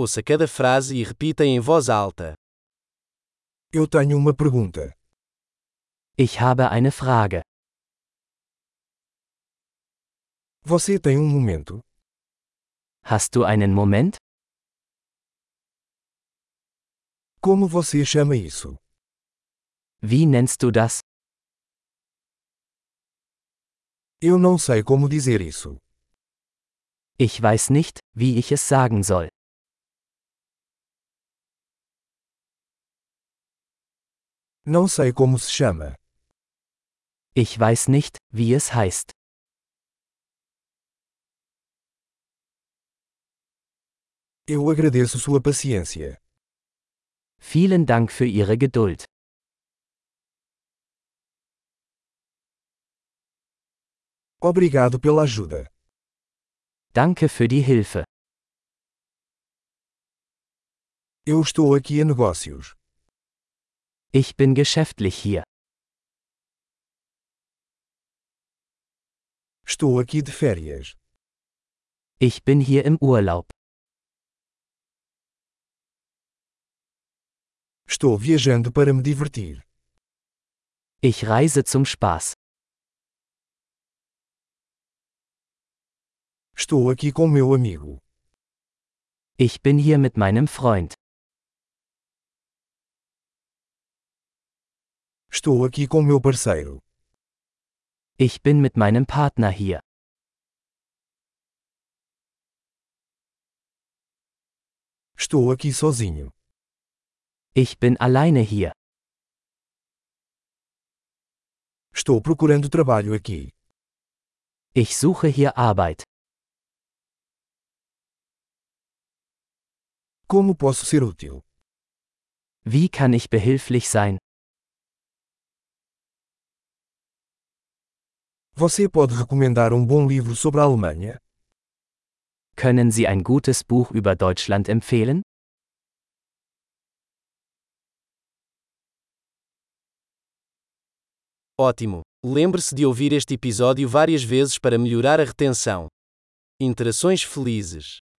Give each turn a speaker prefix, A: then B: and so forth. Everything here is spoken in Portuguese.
A: Ouça cada frase e repita em voz alta.
B: Eu tenho uma pergunta.
C: Ich habe eine Frage.
B: Você tem um momento?
C: Hast du einen Moment?
B: Como você chama isso?
C: Wie nennst du das?
B: Eu não sei como dizer isso.
C: Ich weiß nicht, wie ich es sagen soll.
B: Não sei como se chama.
C: Ich weiß nicht, wie es heißt.
B: Eu agradeço sua paciência.
C: Vielen Dank für Ihre Geduld.
B: Obrigado pela ajuda.
C: Danke für die Hilfe.
B: Eu estou aqui a negócios.
C: Ich bin geschäftlich hier.
B: Estou aqui de férias.
C: Ich bin hier im Urlaub.
B: Estou viajando para me divertir.
C: Ich reise zum Spaß.
B: Estou aqui com meu amigo.
C: Ich bin hier mit meinem Freund.
B: Estou aqui com meu parceiro.
C: Ich bin mit meinem Partner hier.
B: Estou aqui sozinho.
C: Ich bin alleine hier.
B: Estou procurando trabalho aqui.
C: Ich suche hier Arbeit.
B: Como posso ser útil?
C: Wie kann ich behilflich sein?
B: Você pode recomendar um bom livro sobre a Alemanha?
C: Können Sie ein gutes Buch über Deutschland empfehlen?
A: Ótimo! Lembre-se de ouvir este episódio várias vezes para melhorar a retenção. Interações felizes.